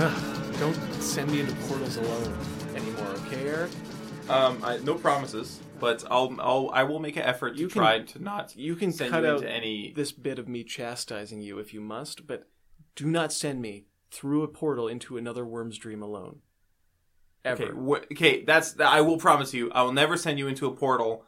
Ugh, don't send me into portals alone anymore, okay, Eric? Um, I, no promises, but I'll, I'll I will make an effort to You can- try to not You can send cut you out into any. this bit of me chastising you if you must, but do not send me through a portal into another worm's dream alone. Ever. Okay, wh- okay, that's I will promise you. I will never send you into a portal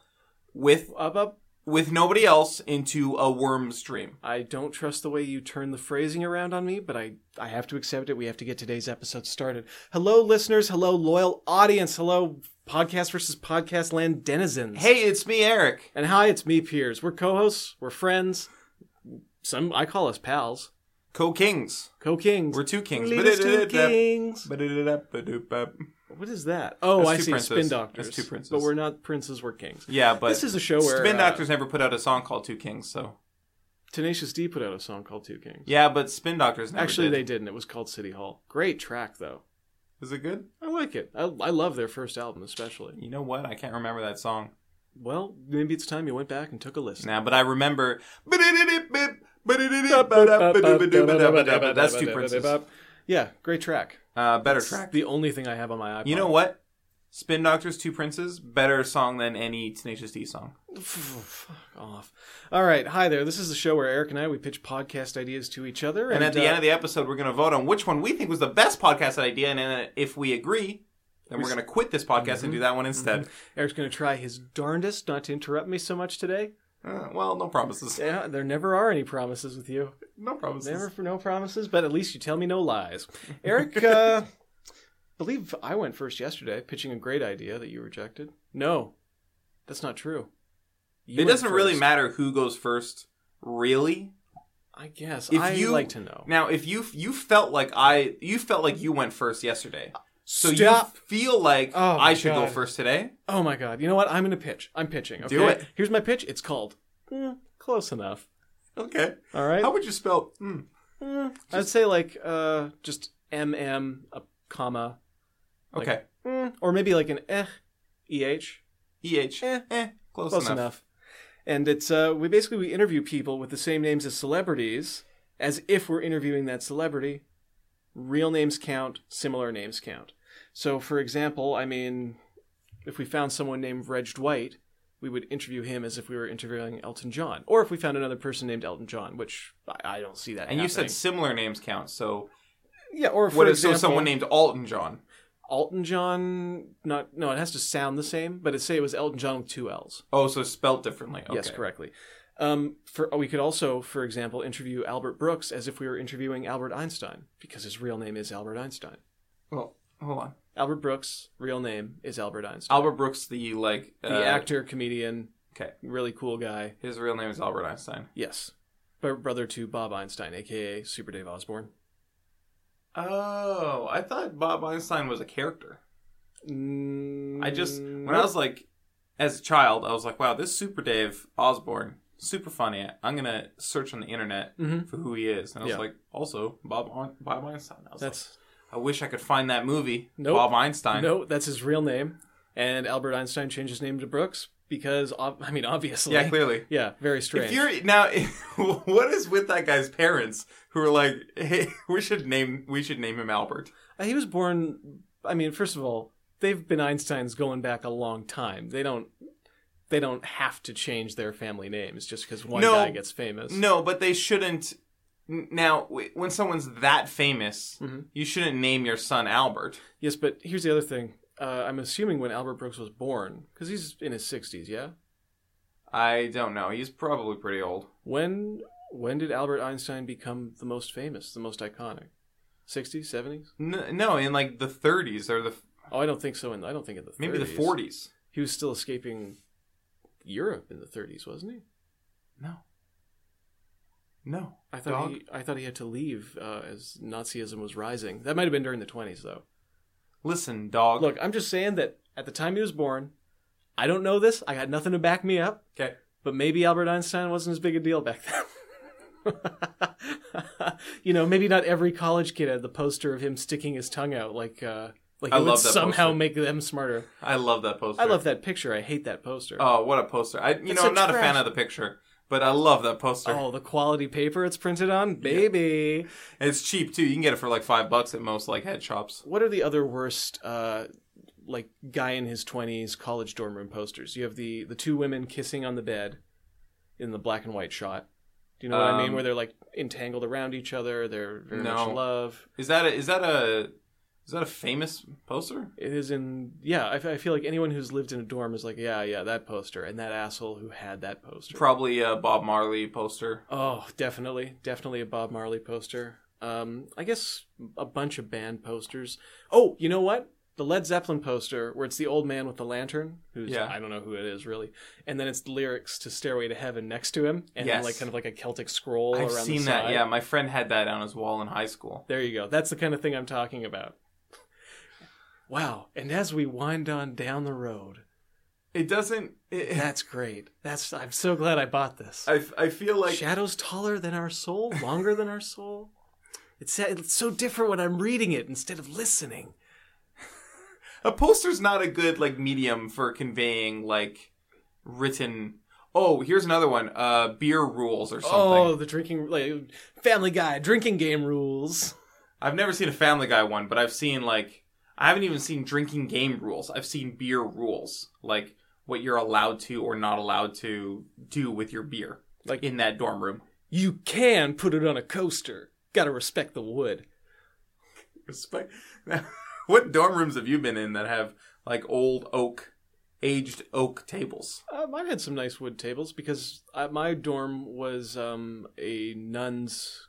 with Up, up. with nobody else into a worm stream. I don't trust the way you turn the phrasing around on me, but I, I have to accept it. We have to get today's episode started. Hello, listeners. Hello, loyal audience. Hello, podcast versus podcast land denizens. Hey, it's me, Eric. And hi, it's me, Piers. We're co-hosts. We're friends. Some I call us pals. Co Kings. Co-kings. We're two kings. Lead us to kings. What is that? Oh, That's I two see. Spin princes. doctors. That's two princes. But we're not princes. We're kings. Yeah, but this is a show where Spin uh, Doctors never put out a song called Two Kings, so Tenacious D put out a song called Two Kings. yeah, but Spin Doctors never Actually, did. they didn't. It was called City Hall. Great track, though. Is it good? I like it. I, I love their first album, especially. You know what? I can't remember that song. Well, maybe it's time you went back and took a listen. Nah, but I remember. That's Two Princes. Yeah, great track. Uh, better It's track. The only thing I have on my iPod. You know what? Spin Doctors, Two Princes, better song than any Tenacious D song. Fuck off. All right, hi there. This is the show where Eric and I we pitch podcast ideas to each other, And at the uh, end of the episode, we're going to vote on which one we think was the best podcast idea, and then uh, if we agree, then we're going to quit this podcast and do that Mm-hmm. one instead. Eric's going to try his darndest not to interrupt me so much today. Uh, well, no promises. Mm-hmm. Yeah, there never are any promises with you. No promises. Never for no promises, but at least you tell me no lies. Eric, uh, believe I went first yesterday, pitching a great idea that you rejected. No, that's not true. You it went doesn't really first. matter who goes first, really. I guess If I you- like to know. Now, if you you felt like I you felt like you went first yesterday, so Stop. you feel like Oh, my I should go God. first today. Oh my god! You know what? I'm gonna pitch. I'm pitching. Okay? Do it. Here's my pitch. It's called. Mm, close enough. Okay. All right. would you spell? Mm. Mm, I'd say like uh, just mm a comma, Like- Okay. mm, or maybe like an eh, eh, E H. Eh. Eh. Close, close enough. enough. And it's uh, we basically we interview people with the same names as celebrities, as if we're interviewing that celebrity. Real names count. Similar names count. So, for example, I mean, if we found someone named Reg Dwight, we would interview him as if we were interviewing Elton John, or if we found another person named Elton John, which I, I don't see that. And you said happening. similar names count. So yeah, or for what if example, so someone named Alton John? Elton John. Not no, it has to sound the same, but it say it was Elton John with two L's. Oh, so spelled differently. Okay. Yes, correctly. Um, for we could also, for example, interview Albert Brooks as if we were interviewing Albert Einstein because his real name is Albert Einstein. Well, hold on. Albert Brooks' real name is Albert Einstein. Albert Brooks, the like the uh, actor, comedian, Okay. really cool guy. His real name is Albert Einstein. Yes, but brother to Bob Einstein, aka Super Dave Osborne. Oh, I thought Bob Einstein was a character. I just when Mm-hmm. I was like as a child, I was like, wow, this Super Dave Osborne, super funny. I'm gonna search on the internet Mhm. for who he is, and I was Yeah. like, also Bob Ein- Bob Einstein. I was that's like, I wish I could find that movie, Nope. Bob Einstein. no, that's his real name, and Albert Einstein changed his name to Brooks because ob- I mean obviously, Yeah, clearly. yeah, very strange. If you're now, what is with that guy's parents who are like, hey, we should name we should name him Albert. Uh, He was born. I mean, first of all, they've been Einsteins going back a long time. They don't. They don't have to change their family names just because one No. guy gets famous. No, but they shouldn't. n- Now, w- when someone's that famous, Mhm. you shouldn't name your son Albert. Yes, but here's the other thing. Uh, I'm assuming when Albert Brooks was born, because he's in his 60s. Yeah. I don't know. He's probably pretty old. When when did Albert Einstein become the most famous, the most iconic? 60s, 70s? N- no, in like the 30s or the Oh, I don't think so. In I don't think in the 30s. maybe the 40s. He was still escaping Europe in the 30s, wasn't he? No. No. I thought he, I thought he had to leave uh, as Nazism was rising. That might have been during the twenties, though. Listen, dog. Look, I'm just saying that at the time he was born, I don't know this. I got nothing to back me up, Okay. but maybe Albert Einstein wasn't as big a deal back then. you know, maybe not every college kid had the poster of him sticking his tongue out, like uh, like I it would love that somehow poster. make them smarter. I love that poster. I love that picture. I hate that poster. Oh, what a poster! I you It's know a I'm not a fan trash- of the picture, But I love that poster. Oh, the quality paper it's printed on, baby. And It's cheap too. You can get it for like five bucks at most like head shops. What are the other worst, uh, like guy in his twenties college dorm room posters? You have the the two women kissing on the bed, in the black and white shot. Do you know what I mean? Um, Where they're like entangled around each other. They're very much No. in love. Is that a, is that a is that a famous poster? It is in yeah. I, f- I feel like anyone who's lived in a dorm is like yeah, yeah, that poster and that asshole who had that poster. Probably a Bob Marley poster. Oh, definitely, definitely a Bob Marley poster. Um, I guess a bunch of band posters. Oh, you know what? The Led Zeppelin poster where it's the old man with the lantern, who's Yeah. I don't know who it is really, and then it's the lyrics to "Stairway to Heaven" next to him, and Yes. like kind of like a Celtic scroll I've around seen the that. side. Yeah, my friend had that on his wall in high school. There you go. That's the kind of thing I'm talking about. Wow. And as we wind on down the road, It doesn't. It, that's great. That's I'm so glad I bought this. I I feel like shadows taller than our soul, longer than our soul. It's, it's so different when I'm reading it instead of listening. a poster's not a good like medium for conveying like written. Oh, here's another one. Uh, beer rules or something. Oh, the drinking like Family Guy drinking game rules. I've never seen a Family Guy one, but I've seen like I haven't even seen drinking game rules. I've seen beer rules, like what you're allowed to or not allowed to do with your beer, Like- like in that dorm room. You can put it on a coaster. Got to respect the wood. Respect. what dorm rooms have you been in that have like old oak, aged oak tables? Uh, mine had some nice wood tables because uh my dorm was um, a nun's.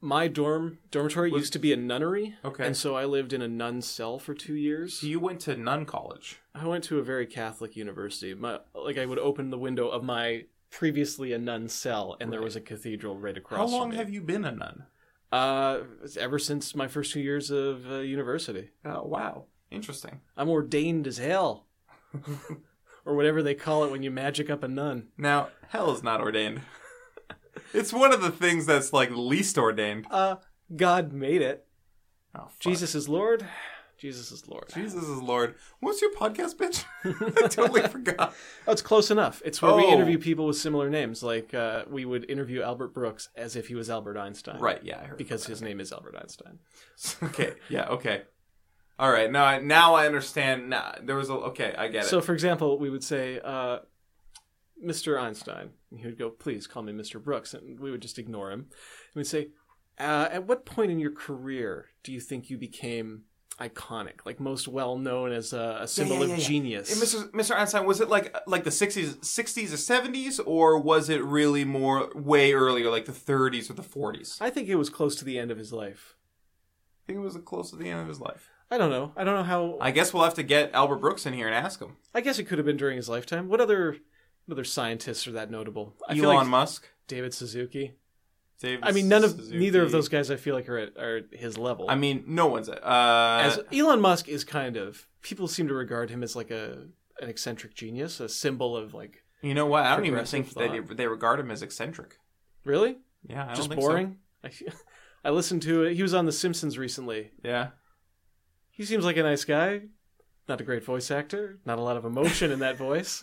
My dorm dormitory Was- used to be a nunnery, Okay. and so I lived in a nun's cell for two years. so you went to nun college. I went to a very Catholic university. My, like I would open the window of my previously a nun cell, and there was a cathedral right across. How long have you been a nun? you? Uh, it's ever since my first two years of uh, university, Oh wow, interesting. I'm ordained as hell, or whatever they call it when you magic up a nun. Now hell is not ordained. it's one of the things that's like least ordained. Uh, God made it. Oh, fuck. Jesus is Lord. Jesus is Lord. Jesus is Lord. What's your podcast, bitch? I totally forgot. Oh, it's close enough. It's where we Oh. interview people with similar names. Like uh, we would interview Albert Brooks as if he was Albert Einstein, Right, yeah, I heard. Because his name is Albert Einstein. okay, yeah, okay. All right, now I, now I understand. Now, there was a okay, I get it. So, for example, we would say, uh, Mr. Einstein. And he would go, please call me Mr. Brooks. And we would just ignore him. And we'd say, uh, at what point in your career do you think you became iconic? Like most well known as a, a symbol yeah, yeah, of yeah. genius? Hey, Mr. Mr. Einstein, was it like like the sixties, sixties or seventies, or was it really more way earlier, like the thirties or the forties? I I think it was close to the end of his life. think it was close to the end of his life. I don't know. I don't know how. I, I guess we'll have to get Albert Brooks in here and ask him. guess it could have been during his lifetime. What other. what Other scientists are that notable. I feel Elon like Musk. David Suzuki. David I mean, none of Suzuki. neither of those guys. I feel like are at are at his level. I mean, no one's. Uh, as Elon Musk is kind of people seem to regard him as like a an eccentric genius, a symbol of like you know what? I don't even progressive think they thought. they regard him as eccentric. really Yeah, I don't just think so. boring. I, I listened to it. He was on The Simpsons recently. Yeah. He seems like a nice guy. Not a great voice actor. Not a lot of emotion in that voice.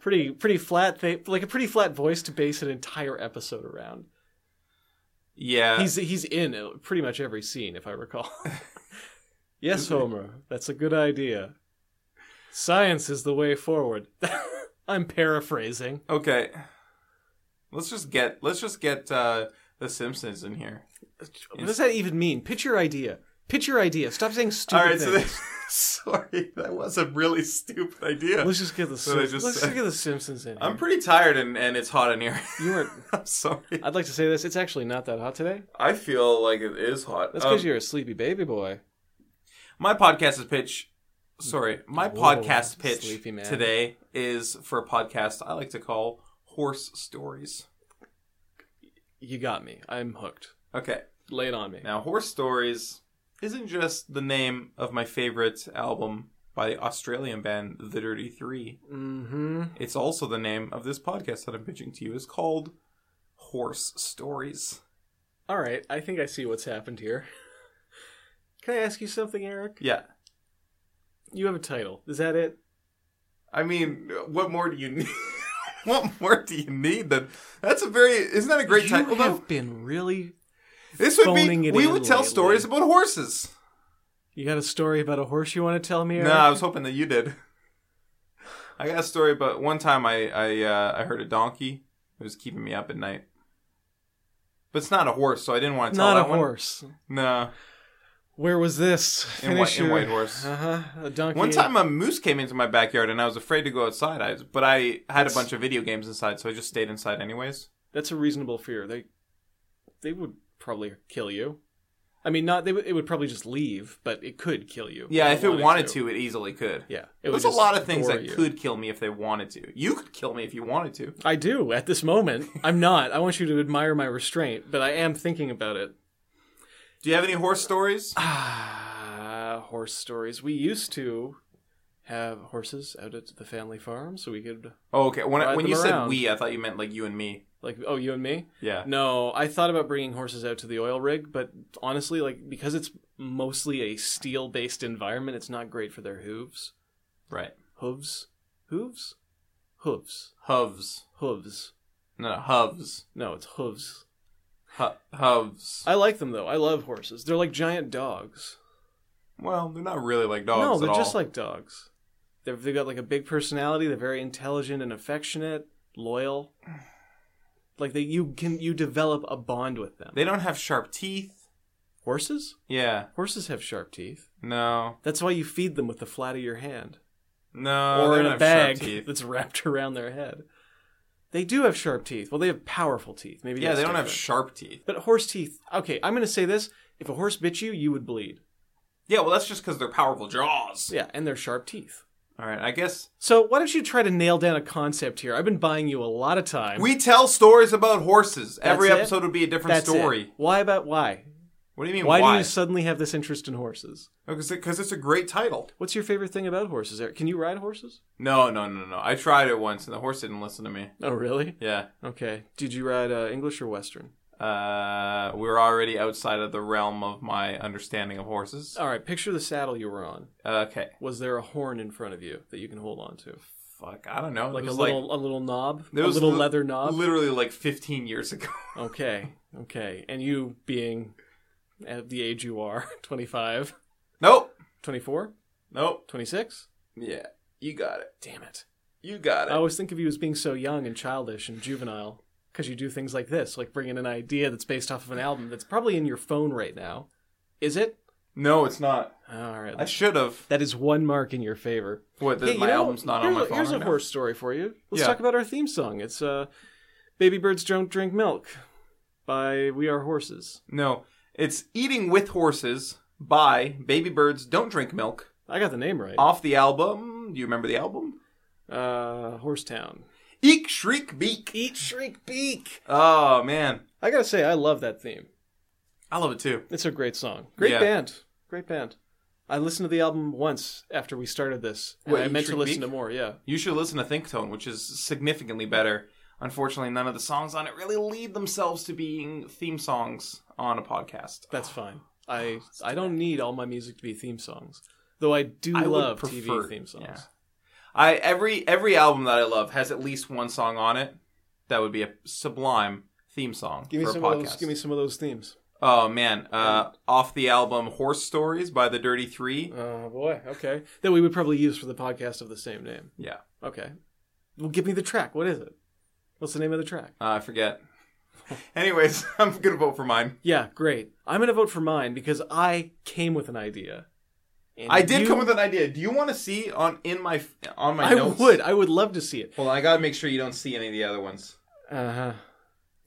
Pretty pretty flat thing, like a pretty flat voice to base an entire episode around. Yeah. He's he's in uh, pretty much every scene, if I recall. yes, Is he? Homer, that's a good idea. Science is the way forward. I'm paraphrasing. okay. Let's just get let's just get uh the Simpsons in here. What does that even mean? Pitch your idea. Pitch your idea. Stop saying stupid All right, so things. this, sorry, that was a really stupid idea. Let's just get the So they Sim- just let's said- just get the Simpsons in. I'm Here. pretty tired and, and it's hot in here. you weren't. I'm sorry. I'd like to say this. It's actually not that hot today. I feel like it is hot. That's because Um, you're a sleepy baby boy. my podcast is pitch. Sorry, my Whoa, podcast pitch sleepy man. today is for a podcast I like to call Horse Stories. You got me. I'm hooked. Okay, Lay it on me. Now, Horse Stories isn't just the name of my favorite album by the Australian band The Dirty Three. Mm-hmm. It's also the name of this podcast that I'm pitching to you. It's called Horse Stories. All right. I think I see what's happened here. Can I ask you something, Eric? Yeah. You have a title. Is that it? I mean, what more do you need? what more do you need? That that's a very isn't that a great you title have though? been really. This would phoning be it we in would tell lately. stories about horses. You got a story about a horse you want to tell me? No, I was hoping that you did. I got a story about one time I I uh, I heard a donkey. It was keeping me up at night. But it's not a horse, so I didn't want to tell not a that one. horse. No, Where was this? in, White, in Whitehorse. Uh huh. A donkey. One time a moose came into my backyard and I was afraid to go outside. I but I had a bunch of video games inside, so I just stayed inside anyways. That's a reasonable fear. They, they would probably kill you. I mean, not they. Would, it would probably just leave, but it could kill you. Yeah, if it wanted to. it easily could. Yeah, it would There's a just lot of things gore that you. could kill me if they wanted to. You could kill me if you wanted to. I do at this moment. I'm not. I want you to admire my restraint, but I am thinking about it. Do you have any horse stories? Ah, horse stories. We used to have horses out at the family farm, so we could Oh, okay. When, I- Ride when them you said around. we, I thought you meant like you and me. like oh you and me. Yeah. No, I thought about bringing horses out to the oil rig, but honestly, like because it's mostly a steel-based environment, it's not great for their hooves. Right. Hooves, hooves, hooves, Hooves. hooves. No, no hooves. No, it's hooves. Hu- hooves. I like them though. I love horses. They're like giant dogs. Well, they're not really like dogs no, they're at just all. like dogs. They've, they've got like a big personality. They're very intelligent and affectionate, loyal. Like they, you can you develop a bond with them. They don't have sharp teeth. Horses, Yeah. horses have sharp teeth. No. That's why you feed them with the flat of your hand No. or Uh, they in don't a have bag Sharp teeth. that's wrapped around their head. They do have sharp teeth. Well, they have powerful teeth. Maybe Yeah, that's they don't have different. sharp teeth. but horse teeth. Okay, I'm gonna say this: if a horse bit you, you would bleed. Yeah, well, that's just because they're powerful jaws. Yeah, and they're sharp teeth. All right, I guess So why don't you try to nail down a concept here? I've been buying you a lot of time. we tell stories about horses. Every it? episode would be a different That's it. story. Why about why? What do you mean? Why, Why? Oh, do you suddenly have this interest in horses? Because it's a great title. What's your favorite thing about horses, Eric? Can you ride horses? No, no, no, no. I tried it once, and the horse didn't listen to me. Oh, really? Yeah, Okay. Did you ride uh, English or Western? uh, we were already outside of the realm of my understanding of horses. All right. Picture the saddle you were on. Okay, Was there a horn in front of you that you can hold on to, fuck, I don't know. like it a was little a little knob, a there was little li- leather knob? literally like 15 years ago. okay. Okay. And you being at the age you are, 25, nope, 24, nope. 26? Yeah, you got it. Damn it. Oh. You got it. I always think of you as being so young and childish and juvenile because you do things like this, like bringing an idea that's based off of an album that's probably in your phone right now. Is it? No, it's not. All right. I should have. that is one mark in your favor. What? that Hey, you my know, album's not on here's my a- phone. Here's right a now? horse story for you. Let's Yeah. talk about our theme song. It's uh, "Baby Birds Don't Drink Milk" by We Are Horses. No, it's Eating with Horses by Baby Birds Don't Drink Milk I got the name right. off the album. Do you remember the album? Uh, Horsetown. Eek Shriek Beak. Eat, shrink, beak. Oh man, I gotta say, I love that theme. I love it too. It's a great song. Great Yeah. band. Great band. I listened to the album once after we started this. and What, I you meant to should listen be- to more, yeah. You should listen to Think Tone, which is significantly better. Unfortunately, none of the songs on it really lead themselves to being theme songs on a podcast. That's fine. I I don't need all my music to be theme songs. Though I do I would love prefer- TV theme songs. yeah. I every every album that I love has at least one song on it that would be a sublime theme song Give me for some a podcast. of those give me some of those themes. Oh man, uh, off the album "Horse Stories" by the Dirty Three. Oh boy, okay. That we would probably use for the podcast of the same name. Yeah, Okay. Well give me the track. What is it? What's the name of the track? uh, I forget. Anyways, I'm gonna vote for mine. Yeah, great. I'm gonna vote for mine because I came with an idea. And I did you- come with an idea. Do you want to see on in my on my I notes? would. I would love to see it. Hold on, I gotta make sure you don't see any of the other ones. Uh huh.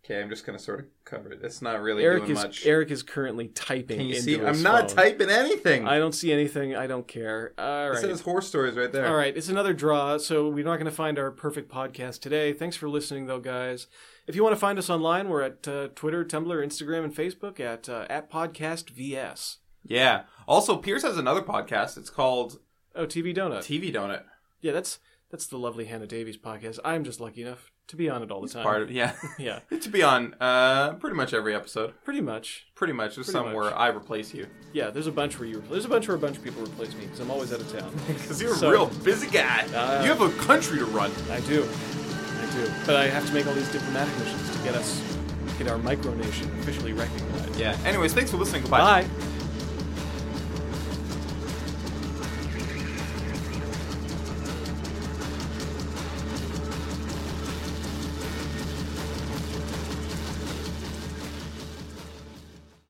Okay, I'm just gonna sort of cover it. It's not really Eric doing is much. Eric is currently typing. Can you into see? his I'm not phone. typing anything. I don't see anything. I don't care. All It right. says horse stories right there. All right. It's another draw. So we're not going to find our perfect podcast today. Thanks for listening, though, guys. If you want to find us online, we're at uh, Twitter, Tumblr, Instagram, and Facebook at uh, at podcast vs. Yeah. Also, Pierce has another podcast. It's called Oh, TV Donut. TV Donut. yeah, that's that's the lovely Hannah Davies podcast. I'm just lucky enough to be on it all the time. Part of, yeah. yeah, to be on uh, pretty much every episode. pretty much. Pretty much. There's Pretty some much. where I replace you. Yeah, there's a bunch where you there's a bunch where a bunch of people replace me because I'm always out of town. Because you're So- a real busy guy. Uh, you have a country to run. I do. I do, but I have to make all these diplomatic missions to get us, get our micronation officially recognized. Yeah. Anyways, thanks for listening. Goodbye. Bye.